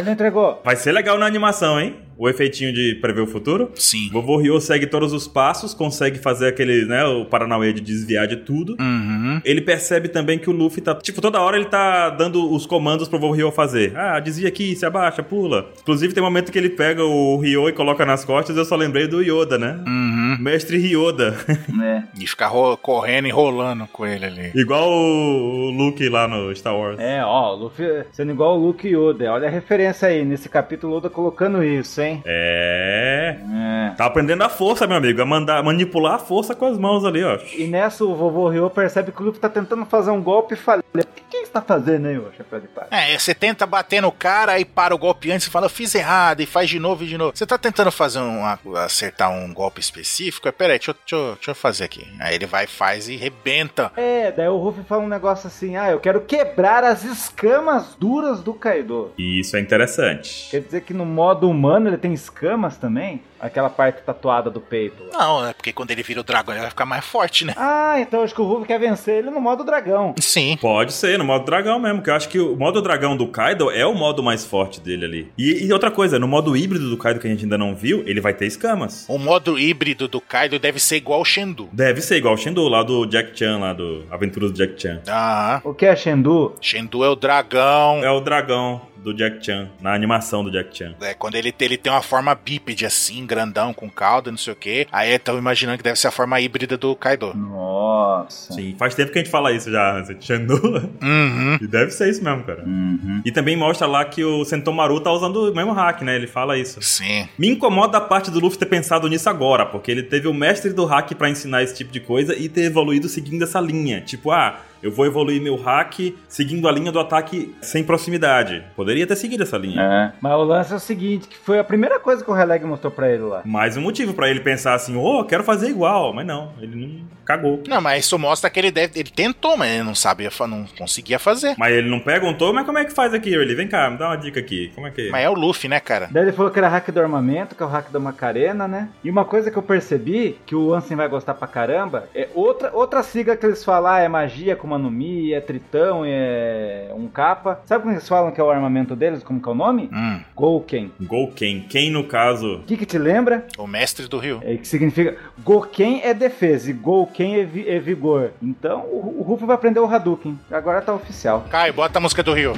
C: Ele entregou.
A: Vai ser legal na animação, hein? O efeitinho de prever o futuro.
B: Sim.
A: Vovô Ryo segue todos os passos, consegue fazer aquele, né, o Paranauê de desviar de tudo.
B: Uhum.
A: Ele percebe também que o Luffy tá. Tipo, toda hora ele tá dando os comandos pro vovô Ryo fazer. Ah, desvia aqui, se abaixa, pula. Inclusive, tem um momento que ele pega o Ryo e coloca nas costas. Eu só lembrei do Yoda, né?
B: Uhum.
A: Mestre Ryoda.
C: né?
B: E ficar ro- correndo e rolando com ele ali.
A: Igual o o Luke lá no Star Wars.
C: É, ó, o Luffy sendo igual o Luke Yoda. Olha a referência aí, nesse capítulo Oda colocando isso, hein?
A: É.
C: É.
A: Tá aprendendo a força, meu amigo. A mandar, manipular a força com as mãos ali, ó.
C: E nessa o vovô Ryo percebe que o Luffy tá tentando fazer um golpe e falha. O que que você tá fazendo aí, ô chapéu de palha?
B: É, você tenta bater no cara e para o golpe antes e fala, eu fiz errado, e faz de novo e de novo. Você tá tentando fazer um. acertar um golpe específico? É, Peraí, deixa, eu- deixa, eu- deixa eu fazer aqui. Aí ele vai, faz e rebenta.
C: É, daí o Ruffy fala um negócio assim, ah, eu quero quebrar as escamas duras do Kaido.
A: E isso é interessante.
C: Quer dizer que no modo humano ele tem escamas também? Aquela parte tatuada do peito. lá.
B: Não, é porque quando ele vira o dragão ele vai ficar mais forte, né?
C: Ah, então acho que o Ruffy quer vencer ele no modo dragão.
B: Sim.
A: Pode ser, no modo dragão mesmo, que eu acho que o modo dragão do Kaido é o modo mais forte dele ali. E, e outra coisa, no modo híbrido do Kaido que a gente ainda não viu, ele vai ter escamas.
B: O modo híbrido do Kaido deve ser igual ao Shendu.
A: Deve ser igual o Shindo lá do Jack Chan, lá do Aventuras do Jack Chan.
B: Ah,
C: O que é Shendu?
B: Shendu é o dragão.
A: É o dragão do Jack Chan, na animação do Jack Chan.
B: É, quando ele, ele tem uma forma bípede assim, grandão, com cauda, não sei o quê. Aí estão imaginando que deve ser a forma híbrida do Kaido.
C: Nossa.
A: Sim, faz tempo que a gente fala isso já, Shandu.
B: Uhum.
A: E deve ser isso mesmo, cara.
C: Uhum.
A: E também mostra lá que o Sentomaru tá usando o mesmo hack, né? Ele fala isso.
B: Sim.
A: Me incomoda a parte do Luffy ter pensado nisso agora, porque ele teve o mestre do hack pra ensinar esse tipo de coisa e ter evoluído seguindo essa linha. Tipo, ah, eu vou evoluir meu hack seguindo a linha do ataque sem proximidade. Poderia ter seguido essa linha.
C: É. Mas o lance é o seguinte, que foi a primeira coisa que o Releg mostrou pra ele lá.
A: Mais um motivo pra ele pensar assim, oh, quero fazer igual, mas não, ele não cagou.
B: Não, mas isso mostra que ele deve. Ele tentou, mas ele não sabia, fa- não conseguia fazer.
A: Mas ele não perguntou, mas como é que faz aqui, Early? Vem cá, me dá uma dica aqui. Como é que.
B: Mas é o Luffy, né, cara?
C: Daí ele falou que era hack do armamento, que é o hack da Macarena, né? E uma coisa que eu percebi, que o Ansem vai gostar pra caramba, é outra, outra sigla que eles falam, ah, é magia, Kuma no Mi, é tritão, é um capa. Sabe como eles falam que é o armamento deles, como que é o nome?
B: Hum,
C: Golken.
A: Golken. Quem no caso.
C: O que que te lembra?
B: o mestre do rio.
C: É, que significa Goken é defesa e Golken é, vi- é vigor. Então o, o Ruffy vai aprender o Hadouken. Agora tá oficial.
B: Caio, bota a música do rio.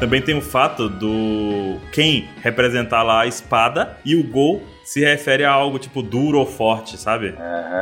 A: Também tem o fato do Ken representar lá a espada e o Gol se refere a algo tipo duro ou forte, sabe?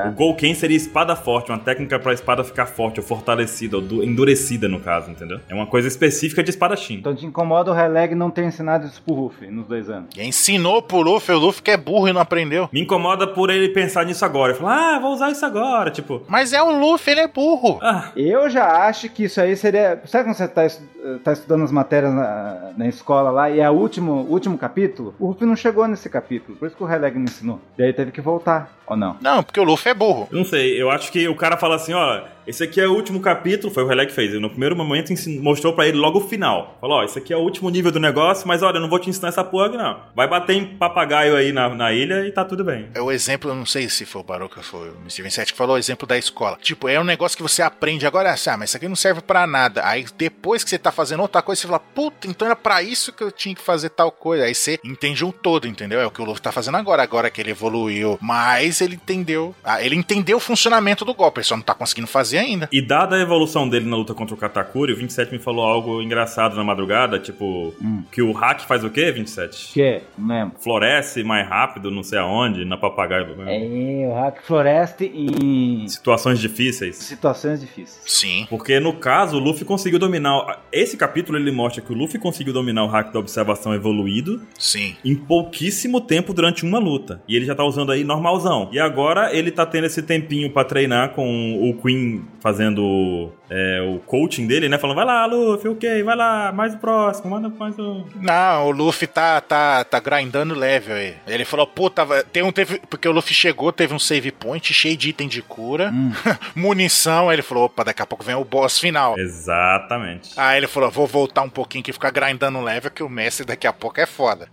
A: O Golken seria espada forte, uma técnica pra espada ficar forte, ou fortalecida, ou du- endurecida no caso, entendeu? É uma coisa específica de espadachim.
C: Então te incomoda o Releg não ter ensinado isso pro Ruffy nos dois anos.
B: E ensinou pro Luffy, o Luffy que é burro e não aprendeu.
A: Me incomoda por ele pensar nisso agora. Eu falo, ah, vou usar isso agora. Tipo,
B: Mas é o Luffy, ele é burro.
A: ah,
C: Eu já acho que isso aí seria. Sabe quando você tá, estu- tá estudando as matérias na, na escola lá e é o último, último capítulo? O Ruffy não chegou nesse capítulo, por isso que o Releg não ensinou. Daí teve que voltar. Ou não?
B: Não, porque o Luffy é burro.
A: Eu Não sei, eu acho que o cara fala assim, ó, esse aqui é o último capítulo, foi o Relé que fez. ele No primeiro momento ensin- mostrou pra ele logo o final. Falou, ó, esse aqui é o último nível do negócio, mas olha, eu não vou te ensinar essa porra aqui, não. Vai bater em papagaio aí na, na ilha e tá tudo bem.
B: É o exemplo, eu não sei se foi o Baruca, foi o Mr. 27 que falou o exemplo da escola. Tipo, é um negócio que você aprende agora, assim, ah, mas isso aqui não serve pra nada. Aí depois que você tá fazendo outra coisa, você fala, puta, então era pra isso que eu tinha que fazer tal coisa. Aí você entende um todo, entendeu? É o que o Luffy tá fazendo agora, agora que ele evoluiu. Mas ele entendeu. Ah, ele entendeu o funcionamento do golpe, ele só não tá conseguindo fazer ainda.
A: E dada a evolução dele na luta contra o Katakuri, o 27 me falou algo engraçado na madrugada, tipo,
C: Hum.
A: que o hack faz o quê, 27?
C: Que? é, Não lembro.
A: Floresce mais rápido, não sei aonde, na papagaio. né?
C: É, o hack floresta em
A: Situações difíceis.
C: situações difíceis.
B: Sim.
A: Porque no caso, o Luffy conseguiu dominar. Esse capítulo ele mostra que o Luffy conseguiu dominar o hack da observação evoluído
B: Sim.
A: em pouquíssimo tempo durante uma luta. E ele já tá usando aí normalzão. E agora ele tá tendo esse tempinho pra treinar com o Queen fazendo é, o coaching dele, né? Falando, vai lá, Luffy, ok, vai lá, mais o próximo, manda mais um.
B: Não, o Luffy tá, tá, tá grindando level aí. Ele falou, puta, vai- tem um, teve, porque o Luffy chegou, teve um save point cheio de item de cura,
C: Hum.
B: munição, aí ele falou, opa, daqui a pouco vem o boss final.
A: É. Exatamente.
B: Aí ele falou, vou voltar um pouquinho que ficar grindando level, que o mestre daqui a pouco é foda.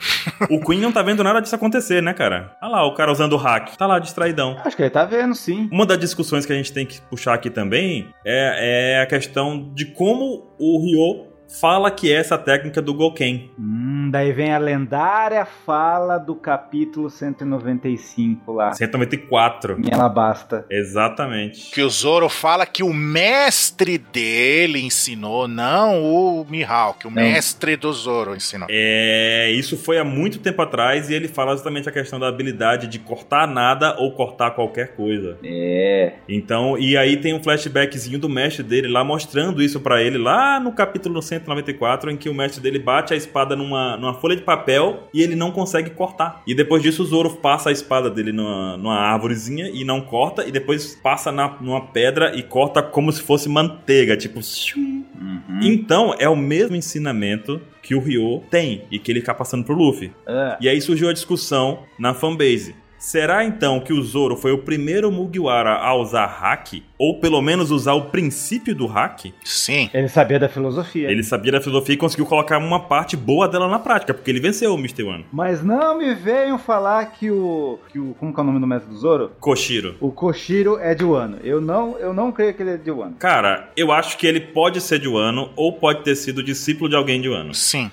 A: O Queen não tá vendo nada disso acontecer, né, cara? Olha lá, o cara usando o hack. Tá lá, distraidão.
C: Acho que ele tá vendo, sim.
A: Uma das discussões que a gente tem que puxar aqui também é, é a questão de como o Ryo fala que é essa técnica do Goken.
C: Hum, daí vem a lendária fala do capítulo 195 lá.
A: 194.
C: E ela basta.
A: Exatamente.
B: Que o Zoro fala que o mestre dele ensinou, não o Mihawk, o mestre do Zoro ensinou.
A: É, isso foi há muito tempo atrás e ele fala justamente a questão da habilidade de cortar nada ou cortar qualquer coisa.
C: É.
A: Então, e aí tem um flashbackzinho do mestre dele lá mostrando isso pra ele lá no capítulo 194, em que o mestre dele bate a espada numa, numa folha de papel e ele não consegue cortar. E depois disso o Zoro passa a espada dele numa, numa árvorezinha e não corta, e depois passa na, numa pedra e corta como se fosse manteiga, tipo... shum.
C: Uhum.
A: Então, é o mesmo ensinamento que o Ryo tem e que ele tá passando pro Luffy.
C: Ah,
A: E aí surgiu a discussão na fanbase. Será então que o Zoro foi o primeiro Mugiwara a usar hack? Ou pelo menos usar o princípio do hack?
B: Sim.
C: Ele sabia da filosofia.
A: Ele sabia da filosofia e conseguiu colocar uma parte boa dela na prática, porque ele venceu o Mr. One.
C: Mas não me venham falar que o. que o. Como que é o nome do mestre do Zoro?
A: Koshiro.
C: O Koshiro é de Wano. Eu não, eu não creio que ele é de Wano.
A: Cara, eu acho que ele pode ser de Wano ou pode ter sido discípulo de alguém de Wano.
B: Sim.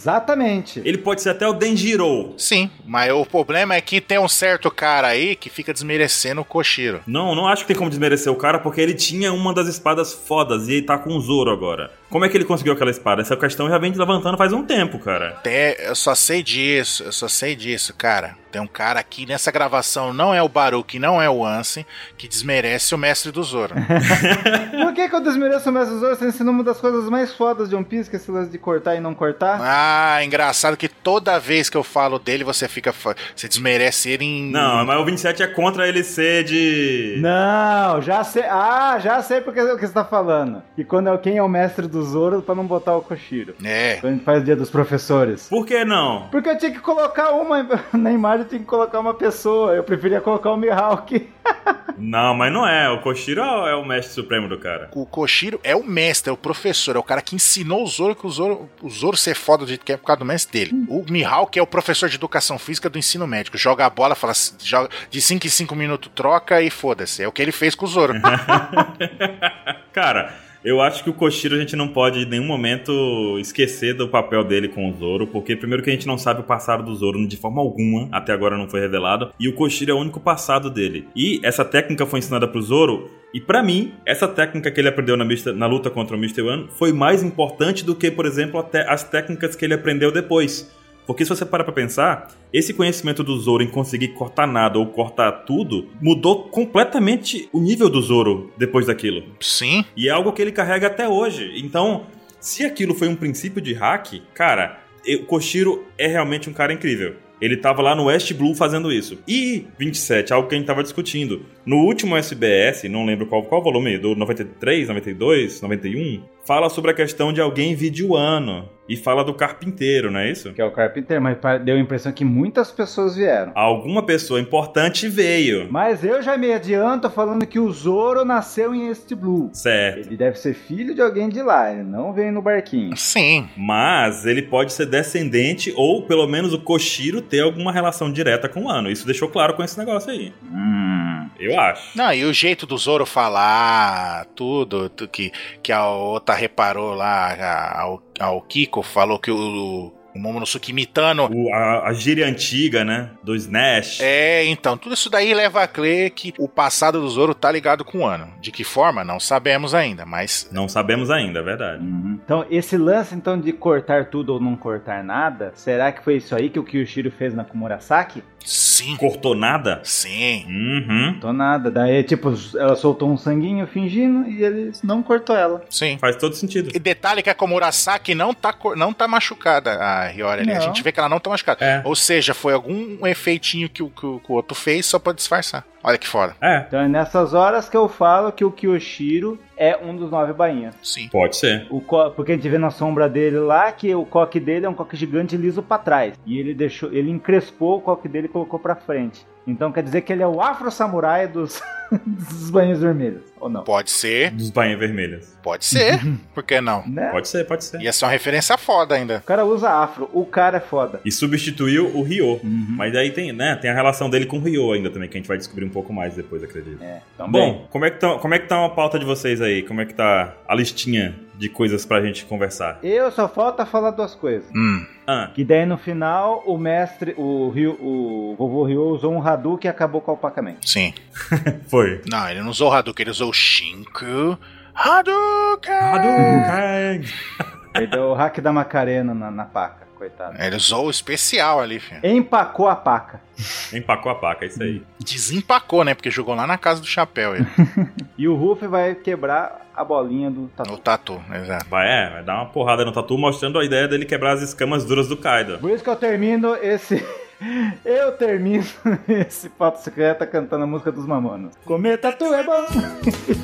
C: Exatamente.
A: Ele pode ser até o Denjiro.
B: Sim, mas o problema é que tem um certo cara aí que fica desmerecendo o Koshiro.
A: Não, não acho que tem como desmerecer o cara, porque ele tinha uma das espadas fodas e ele tá com o Zoro agora. Como é que ele conseguiu aquela espada? Essa questão já vem levantando faz um tempo, cara.
B: Até, eu só sei disso, eu só sei disso, cara. Tem um cara aqui nessa gravação, não é o Baruque, não é o Ansem, que desmerece o mestre do Zoro.
C: Por que, que eu desmereço o mestre do Zoro? Você ensinou uma das coisas mais fodas de One Piece, que é esse lance de cortar e não cortar.
B: Ah, engraçado que toda vez que eu falo dele, você fica. fa- Você desmerece ele em.
A: Não, mas o 27 é contra ele ser de.
C: Não, já sei. Ah, já sei porque o que você tá falando. E quando é quem é o mestre do Zoro pra não botar o Koshiro.
B: É.
C: Quando a gente faz o dia dos professores.
A: Por que não?
C: Porque eu tinha que colocar uma. Na imagem eu tinha que colocar uma pessoa. Eu preferia colocar o Mihawk.
A: Não, mas não é. O Koshiro é o mestre supremo do cara.
B: O Koshiro é o mestre, é o professor, é o cara que ensinou o Zoro que o Zoro, o Zoro ser foda do jeito que é por causa do mestre dele. O Mihawk é o professor de educação física do ensino médico. Joga a bola, fala assim, joga, de 5 em 5 minutos troca e foda-se. É o que ele fez com o Zoro.
A: Cara, eu acho que o Koshiro a gente não pode em nenhum momento esquecer do papel dele com o Zoro, porque primeiro que a gente não sabe o passado do Zoro de forma alguma, até agora não foi revelado, e o Koshiro é o único passado dele. E essa técnica foi ensinada pro Zoro, e pra mim, essa técnica que ele aprendeu na, Mr- na luta contra o Mr. One foi mais importante do que, por exemplo, até as técnicas que ele aprendeu depois. Porque se você parar pra pensar, esse conhecimento do Zoro em conseguir cortar nada ou cortar tudo mudou completamente o nível do Zoro depois daquilo.
B: Sim.
A: E é algo que ele carrega até hoje. Então, se aquilo foi um princípio de hack, cara, e- o Koshiro é realmente um cara incrível. Ele tava lá no West Blue fazendo isso. E 27, algo que a gente tava discutindo. No último SBS, não lembro qual, qual volume, do 93, 92, 91, fala sobre a questão de alguém videoano. E fala do carpinteiro, não é isso?
C: Que é o carpinteiro, mas pa- deu a impressão que muitas pessoas vieram.
A: Alguma pessoa importante veio.
C: Mas eu já me adianto falando que o Zoro nasceu em Este Blue.
A: Certo.
C: Ele deve ser filho de alguém de lá, ele não vem no barquinho.
B: Sim.
A: Mas ele pode ser descendente ou pelo menos o Koshiro ter alguma relação direta com o ano. Isso deixou claro com esse negócio aí.
C: Hum.
A: Eu acho.
B: Não, e o jeito do Zoro falar, tudo, tu- que, que a outra reparou lá, a, a, a Kiko falou que o, o Momonosuke imitando.
A: O- a, a gíria antiga, né? Dos Nash.
B: É, então, tudo isso daí leva a crer que o passado do Zoro tá ligado com o ano. De que forma? Não sabemos ainda, mas.
A: Não sabemos ainda, é verdade.
C: Uhum. Então, esse lance então de cortar tudo ou não cortar nada, será que foi isso aí que o Kyushiro fez na Kumurasaki?
B: Sim.
A: Cortou nada?
B: Sim.
A: Uhum.
C: Cortou nada, daí tipo, ela soltou um sanguinho fingindo e ele não cortou ela.
B: Sim.
A: Faz todo sentido.
B: E detalhe que a Komurasaki não tá, co- não tá machucada, a Hiyori ali. A
C: Não.
B: gente vê que ela não tá machucada.
A: É.
B: Ou seja, foi algum efeitinho que o, que o, que o outro fez só pra disfarçar. Olha que foda.
A: É.
C: Então é nessas horas que eu falo que o Kyoshiro é um dos nove bainhas.
B: Sim.
A: Pode ser.
C: O co- porque a gente vê na sombra dele lá que o coque dele é um coque gigante liso pra trás. E ele deixou, ele encrespou o coque dele e colocou pra frente. Então quer dizer que ele é o afro samurai dos, dos banhos vermelhos, ou não?
B: Pode ser,
A: Dos bainhas vermelhas.
B: pode ser. Por que não?
C: Né?
A: Pode ser, pode ser.
B: Ia ser uma referência foda ainda.
C: O cara usa afro, o cara é foda.
A: E substituiu o Ryo.
C: Uhum.
A: Mas daí tem, né, tem a relação dele com o Ryo ainda também, que a gente vai descobrir um pouco mais depois, acredito.
C: É, também.
A: Bom, como é, que tá, como é que tá a pauta de vocês aí? Como é que tá a listinha de coisas pra gente conversar?
C: eu só falta falar duas coisas.
B: Hum.
A: Ah,
C: Que daí no final o mestre, o Ryu, o vovô Ryu usou um Hadouken e acabou com o alpacamento.
B: Sim.
A: foi.
B: Não, ele não usou o Hadouken, ele usou o Shinku. Hadouken!
A: Hadouken!
C: Ele deu o hack da Macarena na, na paca, coitado.
B: Ele usou o especial ali, filho.
C: Empacou a paca.
A: Empacou a paca, é isso aí.
B: Desempacou, né? Porque jogou lá na casa do chapéu ele.
C: E o Ruff vai quebrar a bolinha do
B: o
C: tatu.
B: tatu, exato.
A: Vai, é, vai dar uma porrada no tatu mostrando a ideia dele quebrar as escamas duras do Kaido.
C: Por isso que eu termino esse. Eu termino esse papo secreto cantando a música dos mamonos. Comer tatu é bom! que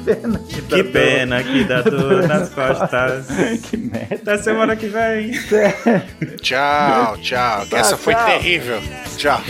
A: Que
C: pena!
A: pena que dá dor nas costas.
C: Que, que merda!
A: Da semana que vem.
B: Tchau, tchau. que Essa foi
C: tchau.
B: terrível. Tchau.